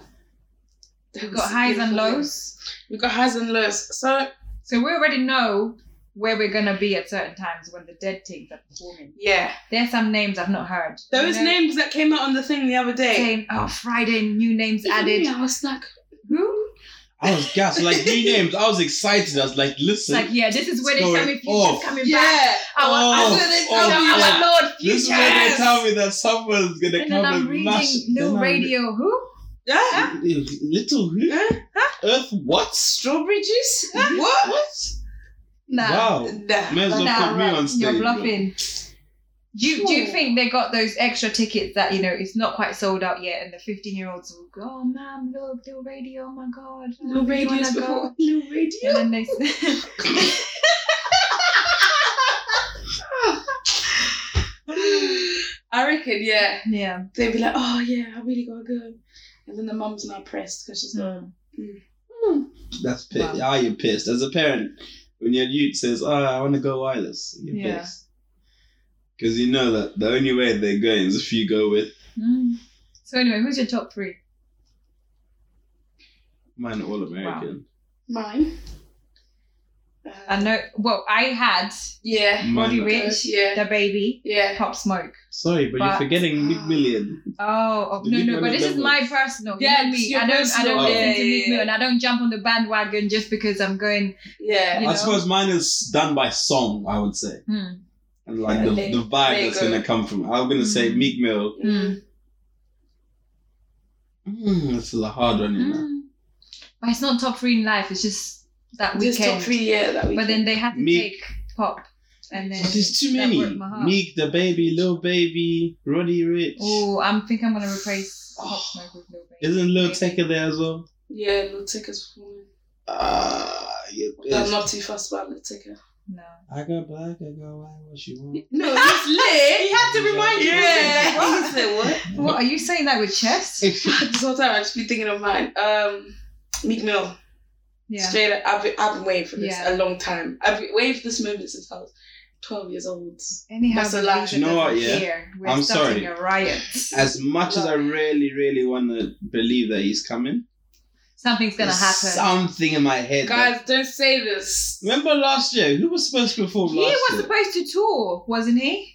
that
we've
was
got
a
highs and
beautiful
lows.
day. We've got highs and lows. So
So we already know where we're gonna be at certain times when the dead teams are performing.
yeah,
There's some names I've not heard.
those
You know,
names that came out on the thing the other day.
Saying, oh, Friday, new names added.
I was like,
Who?
I was gassed. Like <laughs> new names. I was excited. I was like,
It's
listen.
like, yeah, this is where they
It's
tell
going
me future's
off.
coming back.
yeah.
Our,
Oh,
our,
oh,
our,
yeah.
Lord,
this is
future.
where they tell me that someone's gonna
And
come
then I'm
and
reading
mash.
Little
then I'm re-
Radio Who?
Yeah.
Little who? Earth what?
Strawberry juice? what?
What?
Nah.
Wow.
Nah.
May as well
Nah,
put me
right.
on stage.
You're
bro.
bluffing. Do you, do you think they got those extra tickets that, you know, it's not quite sold out yet and the 15 year olds will go, oh, ma'am, look, Little Radio, oh my God. I
Little
really
radio's
wanna
before.
go."
Little radio.
And <laughs> then they s-
<laughs> I reckon, yeah.
yeah.
They'd be like, oh, yeah, I really gotta go. And then the mum's now pressed because she's like,
That's pissed. Ah, you're pissed. As a parent, when your youth says, "Oh, I want to go wireless," you're
Yeah.
pissed because you know that the only way they're going is if you go with
Mm. So, anyway, who's your top three?
man all American.
Mm. mine.
I
Uh,
know, well, I had
yeah.
Roddy
Mine-
Rich,
Uh, Yeah.
the baby,
Yeah.
Pop Smoke.
Sorry, but,
But-
you're forgetting Big
<gasps>
Million.
Oh, oh
The
no,
Meek
no,
Mill
but
and
this is
Lil
my
Wayne.
personal. You
Yeah,
know
it's
me.
your
I don't, I
personal.
don't
Yeah,
listen to
yeah,
Meek
yeah.
Mill, and I don't jump on the bandwagon just because I'm going.
Yeah.
You
I
know?
suppose mine is done by song. I would say,
Hmm.
and like the,
There-
the vibe
there you
that's
go.
gonna come from. it. I'm gonna say
Mm.
Meek Mill.
Mm.
Mm, this is a hard one, you know.
Mm. But it's not top three in life. It's just that weekend.
Just top three, yeah, that Mm. weekend.
But then they had to
Meek.
take pop, and then
But there's too
that
many.
broke my heart.
Meek, the baby, Lil Baby, Roddy Rich.
Oh, I think I'm gonna replace
<sighs>
Pop Smoke with Lil Baby.
Isn't Lil Tecca there as well?
yeah, little tickers for me.
Ah, you're
I'm
pissed.
not too fussed about the ticker.
No.
I go black, I go white, what you want?
<laughs> No, it's lit. he had to remind you.
Yeah.
He said what?
What are you saying that with
<laughs>
chest?
this whole time I've just been thinking of mine. Um, Meek Mill.
Yeah.
Straight up, I've been, I've been waiting for this a
Yeah.
long time. I've been waiting for this moment since I was 12 years old.
Anyhow,
That's a
the
lie.
reason
You know what,
doesn't
yeah?
care. We're
I'm
starting
sorry.
a riot.
<laughs> As much as I really, really want to believe that he's coming,
Something's gonna
there's
happen.
something in my head. that-
Guys, don't say this.
remember last year? Who was supposed to perform
he
last
was
year?
supposed to tour, wasn't he?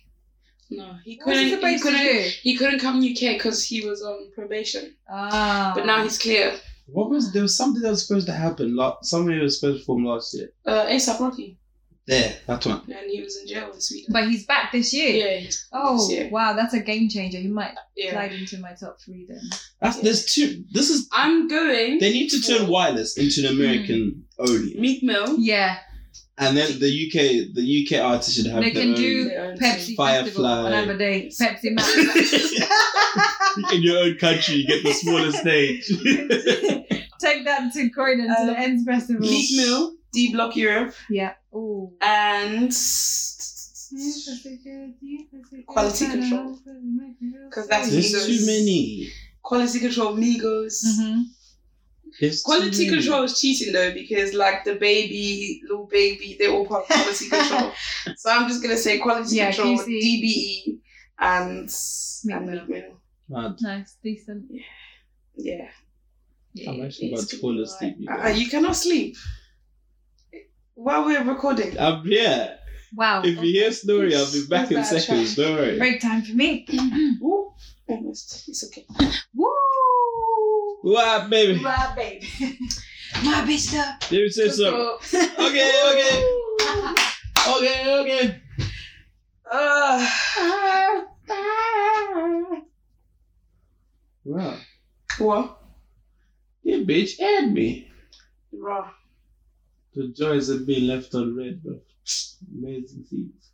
No, he
What was
couldn't.
he
He
supposed to
couldn't,
do?
he couldn't come UK because he was on probation.
Ah.
But now he's clear.
What was there was something that was supposed to happen? Like somebody was supposed to perform last year.
Uh, ASAP Rocky.
There, that one.
And he was in jail in Sweden.
But he's back this year.
Yeah, he's-
Oh
Yeah.
wow, that's a game changer. He might
yeah.
slide into my top three then.
That's there's two. This is
I'm going.
they need to turn wireless into an American
Mm.
only,
Meek Mill.
Yeah,
and then the UK the UK artists should have
They
their
can
own- <laughs>
do-
Yeah,
Pepsi Festival
Firefly.
another day. Pepsi Max. <laughs>
In your own country, you get the smallest stage.
Take that to Croydon to the
Um,
Ends Festival.
Meek Mill, D Block Europe,
Yeah. Oh.
and because Quality control.
Because
<laughs>
that's
There's too many.
Quality Control Migos.
hmm
There's too
Quality
many.
Control is cheating though because like the baby, little baby, they're all part of
<laughs>
Quality Control. So I'm just gonna say Quality
Yeah,
Control,
QC.
DBE, and and
Meek
Meek Mill.
Mad.
Nice, decent.
Yeah,
I'm
Yeah.
actually about
it's
to
gonna
fall
be
asleep. you
alright. Uh,
guys.
you cannot sleep while we're recording.
I'm yeah.
Wow.
If you hear snoring, I'll be back in
That's bad,
seconds. Don't worry.
Break time for me.
Ooh, almost. It's okay.
Woo!
Wow, baby.
My baby.
<laughs> My bitch
Let
stuff.
me say something.
So,
Okay, okay, okay, okay.
uh,
Wow.
what?
Yeah, bitch, add me.
Raw.
The joys of being left on red, bro. Amazing things.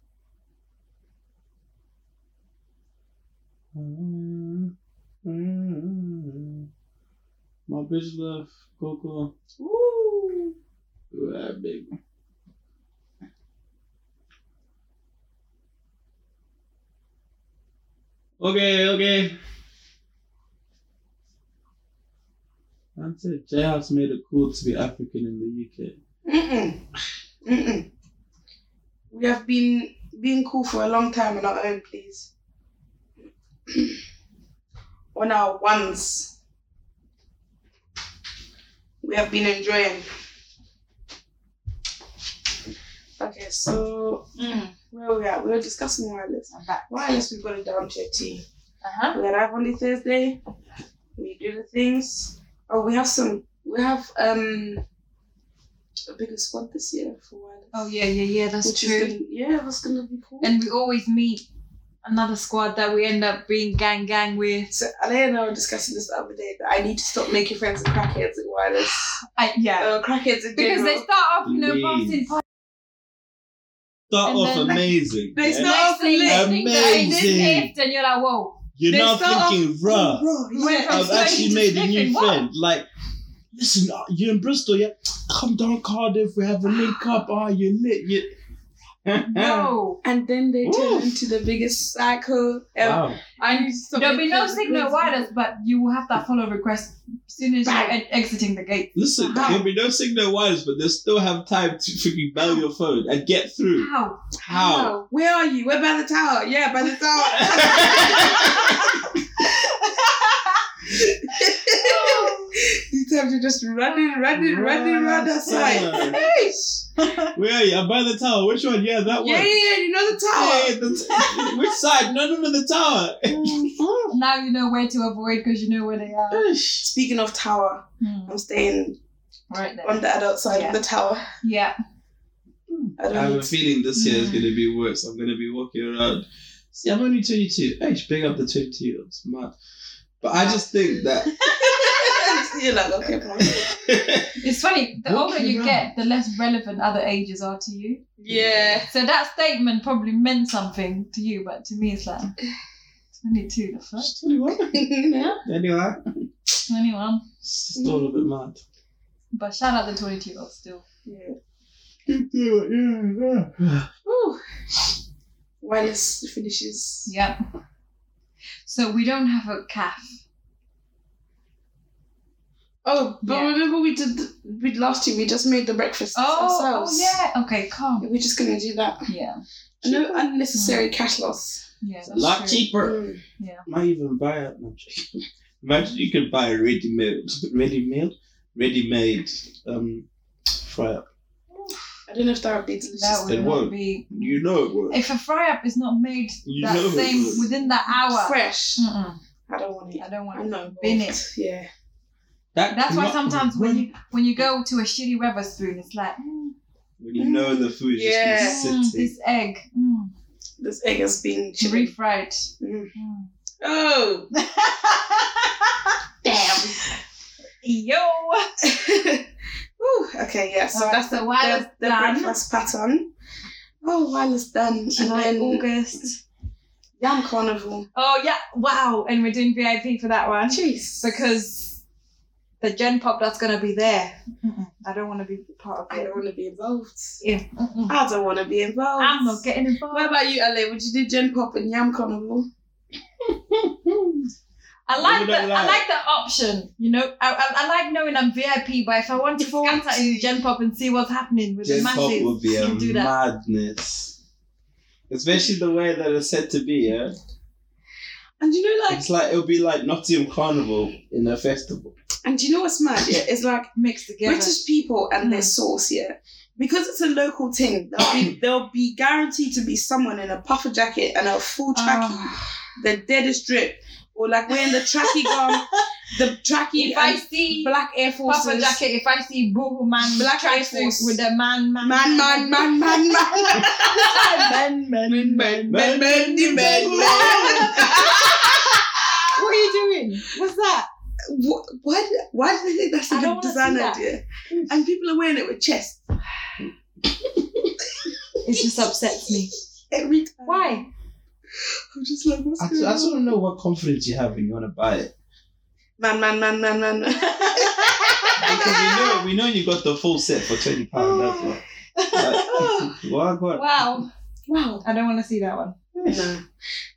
My bitch left Coco.
Ooh.
Wow, baby. Okay, okay. I said J House made it cool to be African in the UK.
Mm-mm. Mm-mm. We have been being cool for a long time on our own, please. <clears throat> on our ones. We have been enjoying. Okay, so mm, where we at? We were discussing wireless.
I'm back.
Wireless, we've got it down to a T.
Uh-huh.
We arrive on the Thursday. We do the things. Oh, we have some. We have um a bigger squad this year for wireless.
Oh yeah, yeah, yeah. That's
Which
true.
is gonna, yeah, that's gonna be cool.
and we always meet another squad that we end up being gang gang with.
so Ale and I were discussing this the other day that I need to stop making friends with crackheads at wireless.
I, yeah,
Uh, crackheads in
because they
general.
start off, you know,
Indeed.
passing party.
Start
And
off
then-
amazing.
They
yeah?
start- off lit.
um, Amazing.
Amazing. And you're like, whoa.
You're
they
now
start
thinking,
oh,
bruh, Oh,
Bro,
Went
yeah.
from
I've
smoking
actually
to
made a new
sniffing. What?
friend. Like, listen, uh, you're in Bristol, yeah? Come down Cardiff, we have a link up. Ah, you're lit. you <laughs>
No,
And then they
Ooh.
turn into the biggest psycho ever.
Wow.
I need to stop
there'll be
making
no
friends with
signal
crazy
wireless, but you will have that follow request as soon as you're
Bang.
e- exiting the gate.
Listen, there'll be no signal wires, but they'll still have time to freaking bell your phone and get through.
How? <laughs>
How?
Wow. Where are you? We're by the tower. Oh, Yeah, by the tower.
<laughs>
<laughs> These times you're just running, running, running around that side.
Where are you? I'm by the tower. Which one? Yeah, that
Yeah, yeah,
one.
yeah. You know the tower.
Hey, the t- <laughs> which side? No, no, no, the tower.
Oh,
Now you know where to avoid because you know where they are.
Speaking of tower,
Hmm.
I'm staying
Right
on
there.
the adult side
Yeah.
of the tower.
Yeah.
I
I have
don't.
a feeling this year is going to be worse. I'm going to be walking around. See, I'm only 22. Hey, big up the 20 year olds. Mad. But I just think that.
<laughs> You're like okay, fine.
It's funny, the
Walk
older you
around.
get, the less relevant other ages are to you.
Yeah.
So that statement probably meant something to you, but to me it's like <sighs> 22, the fuck?
She's 21.
<laughs> yeah.
Anyway,
21.
it's just all a bit mad.
But shout out the 22 year old still.
Keep doing it, yeah, yeah.
Ooh. Wireless finishes.
Yep. So we don't have a calf.
Oh, but
Yeah.
remember we did the, we last year we just made the breakfast
Oh,
ourselves.
oh yeah. Okay, calm.
We're just gonna do that.
Yeah.
No unnecessary cash loss.
Yeah.
A lot
that's true.
cheaper.
Mm.
Might even buy it. No, I'm joking. <laughs> Imagine you could buy a ready made, ready made, ready made um, fry up.
I don't know if that would be delicious.
That
It
would
won't.
not be. Mm.
You know it would.
If a fry up is not made
You
that
know it
same
would.
within that hour,
Fresh.
Mm-mm,
I don't want it.
I don't want
I
to
know.
bin it.
Yeah.
That
That's why
cannot
sometimes when
run.
you when you go to a shitty Weatherspoon, it's like mm,
when you know the food is
Yeah.
just gonna
mm,
sit there.
this egg mm,
This egg has been
to
chilly.
refried.
Mm.
Mm.
<laughs> Oh. Damn. <laughs>
Yo,
Ooh, okay, yeah. So
Alright,
that's
so
the,
while
the,
it's
the
done-
breakfast pattern. Oh, while it's done,
July,
and then
August.
Yam Carnival.
Oh yeah, wow! And we're doing VIP for that one
Jeez.
because the Gen Pop that's gonna be there. Mm-mm, I don't want to be part of
I
it.
don't want to be involved.
Yeah, mm-mm.
I don't want to be involved.
I'm not getting involved.
What about you, Ale? Would you do Gen Pop and Yam Carnival?
I like
would
the
I
I
like?
like the option, you know. I, I, I like knowing I'm VIP, but if I want to
If I want
scatter in Gen Pop and see what's happening with the
Gen pop
masses,
would be a
you do that.
madness. Especially the way that it's said to be, yeah.
And you know, like,
It's like it'll be like Nottingham Carnival in a festival.
and you know what's mad? Yeah, it's like
mixed together.
British people and
Mm.
their sauce, yeah. Because it's a local thing, there'll
<coughs>
be, there'll be guaranteed to be someone in a puffer jacket and a full trackie,
Ah.
the deadest drip, or like wearing the trackie
<laughs>
gum, the trackie
if I
and
see
black Air Forces.
Papa Jacket, if I see Boohoo Man
Black Air
tracksuit
Force.
with a man, man,
Man, man, man, man, man.
man, man, man,
Man,
man,
man, man, man.
What are you doing? What's that?
Wha- Why, did- why do they think that's
I
like
don't
a
wanna see
design
that.
idea? And people are wearing it with chest
It just upsets me.
every time.
Why?
I'm just like, what's
I,
going
just- I just
on?
want to know what confidence you have when you want to buy it.
Man, man, man, man, man, man.
Because we know, we know you got the full set for twenty pounds. That's why. Like, <laughs> why God?
Wow.
Wow.
I don't want to see that one.
No.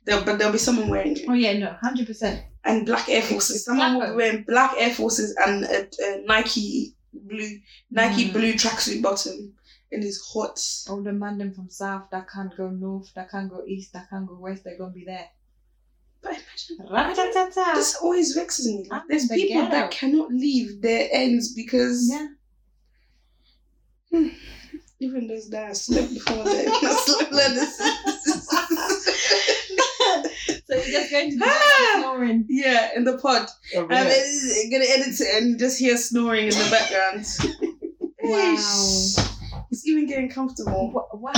There, but there'll be someone wearing it.
Oh yeah, no, hundred percent.
and black Air Forces. Someone will be
Black
wearing black Air Forces and a, a Nike blue Nike
Mm.
blue tracksuit bottom in his hot.
All the man them from south that can't go north, that can't go east, that can't go west. They're gonna be there.
But imagine
Ra-ta-ta-ta.
this always vexes me. Like,
I'm
there's
in the
people that
ghetto.
cannot leave their ends because
Yeah.
even those that I slept before they I
<laughs>
slept like this.
So we're just going to be ah! snoring.
yeah, in the pod. I'm gonna edit it and just hear snoring in the background.
<laughs> Wow.
He's even getting comfortable.
Wa- Wow.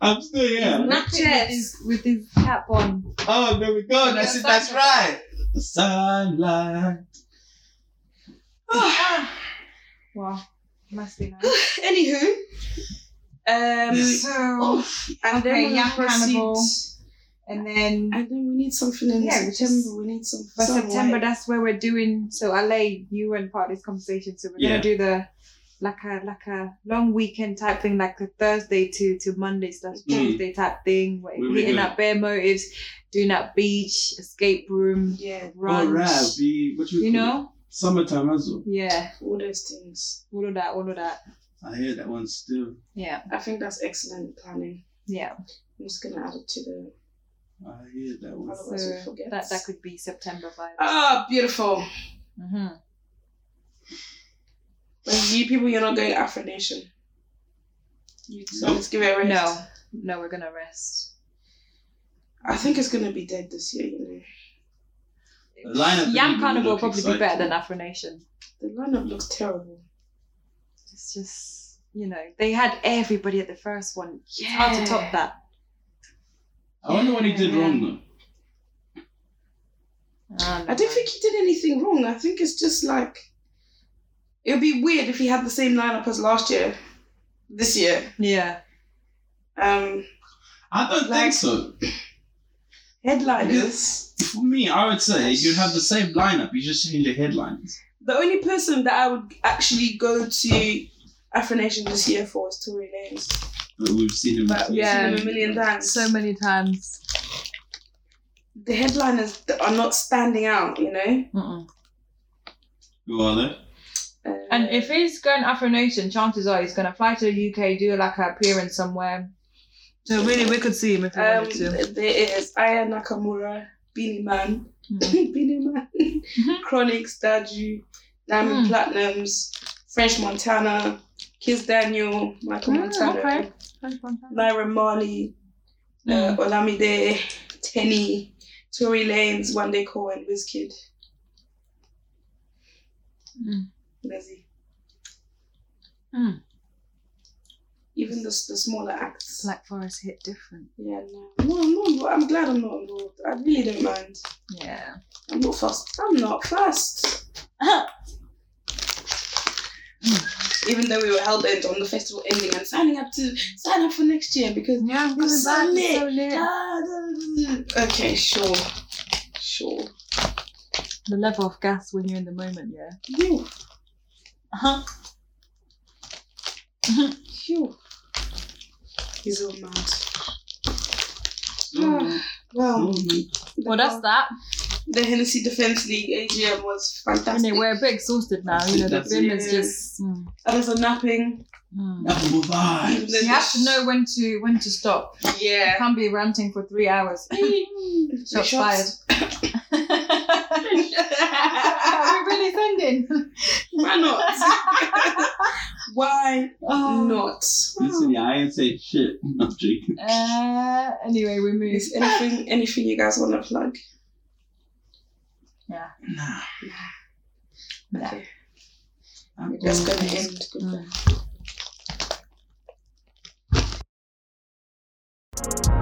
I'm still here.
Not with his, with his cap on.
Oh, there we go. That's it. That's right. Sunlight.
Wow. Must be <gasps> nice.
Anywho, um,
So,
and then
Okay,
we'll
Yam
proceed-
Carnival. and then
And then we need something in
Yeah, we just-
September. We need some.
by
some
September,
white.
that's where we're doing. So, Ale, you were part of this conversation. So, we're
Yeah.
going to do the like a like a long weekend type thing, like a Thursday to to Monday slash
Mm.
Tuesday type thing. We're
We'll be
hitting
doing-
up bare motives, doing that beach, escape room,
yeah,
Oh,
run.
be what
You know?
Summertime as well.
Yeah.
all those things.
All of that, all of that.
I hear that one still.
Yeah.
I think that's excellent planning.
Yeah.
I'm just gonna add it to the
I hear that one.
otherwise we
So
forget.
that that could be September vibes.
Uh,
ah beautiful.
hmm
But you people, you're not going Afro Nation. You, so
Nope.
let's give it a rest.
No, no, we're gonna rest.
I think it's gonna be dead this year. You know,
The lineup
Yam
didn't
Carnival will
look
probably be better
exciting.
than Afro Nation.
the lineup looks terrible.
It's just you know they had everybody at the first one. It's hard to top that.
I wonder what he did wrong though.
I don't think he did anything wrong. I think it's just like it would be weird if he had the same lineup as last year, this year.
Yeah.
Um,
I don't think
Like-
so.
headliners.
Because for me, I would say you'd have the same lineup. You just change the headlines.
The only person that I would actually go to Afronation this year for was Tory Lanez.
But we've seen him.
But we've
Yeah.
seen him a million times.
So many times.
the headliners that are not standing out, you know.
Who are they?
Uh,
And if he's going Afro Nation, chances are he's going to fly to the UK, do like an appearance somewhere.
So really, we could see him if we
um,
wanted to.
there is Aya Nakamura, Billy Man,
Hmm.
<laughs> Billy Man,
Mm-hmm.
Chronic, Stadu, Diamond
Hmm.
Platinums, French Montana, Kiss Daniel, Michael Montana,
Hmm, okay. Mm.
Lyra Marley,
Mm.
uh, Olamide, Tenny, Tory Lanez, One Day Cole, and Wizkid. Lizzie.
Mm.
Even the, the smaller acts.
Black Forest hit different.
Yeah, no. No, no, I'm glad I'm not involved. I really don't mind.
Yeah.
I'm not fussed. I'm not fussed. Even though we were hell bent on the festival ending and signing up to sign up for next year because
Yeah, I'm
You're
coming back.
so
it's So lit.
Ah, da, da, da. <laughs> okay, sure, sure.
The level of gas when you're in the moment, yeah.
You,
Uh-huh.
you. He's all mad.
Hmm.
Ah, <sighs> well,
Well, that's that.
the Hennessy Defense League AGM was fantastic.
Anyway, we're a bit exhausted now. You know, the
That's
film
it.
is just. Mm,
I was napping.
mm.
Apple
even
vibes.
though
You have to know when to when to stop. You
Yeah. <laughs>
can't be ranting for three hours.
<laughs>
Shots fired. <laughs>
Shots.
Are we really sending?
<laughs>
<laughs>
Why not? <laughs> Why
Oh.
not?
Listen, yeah, I ain't say shit. <laughs> I'm joking.
Uh, anyway, we move.
Is anything anything you guys want to plug?
Yeah.
Nah.
Nah.
Okay. That's gonna end.
Mm.
Goodbye.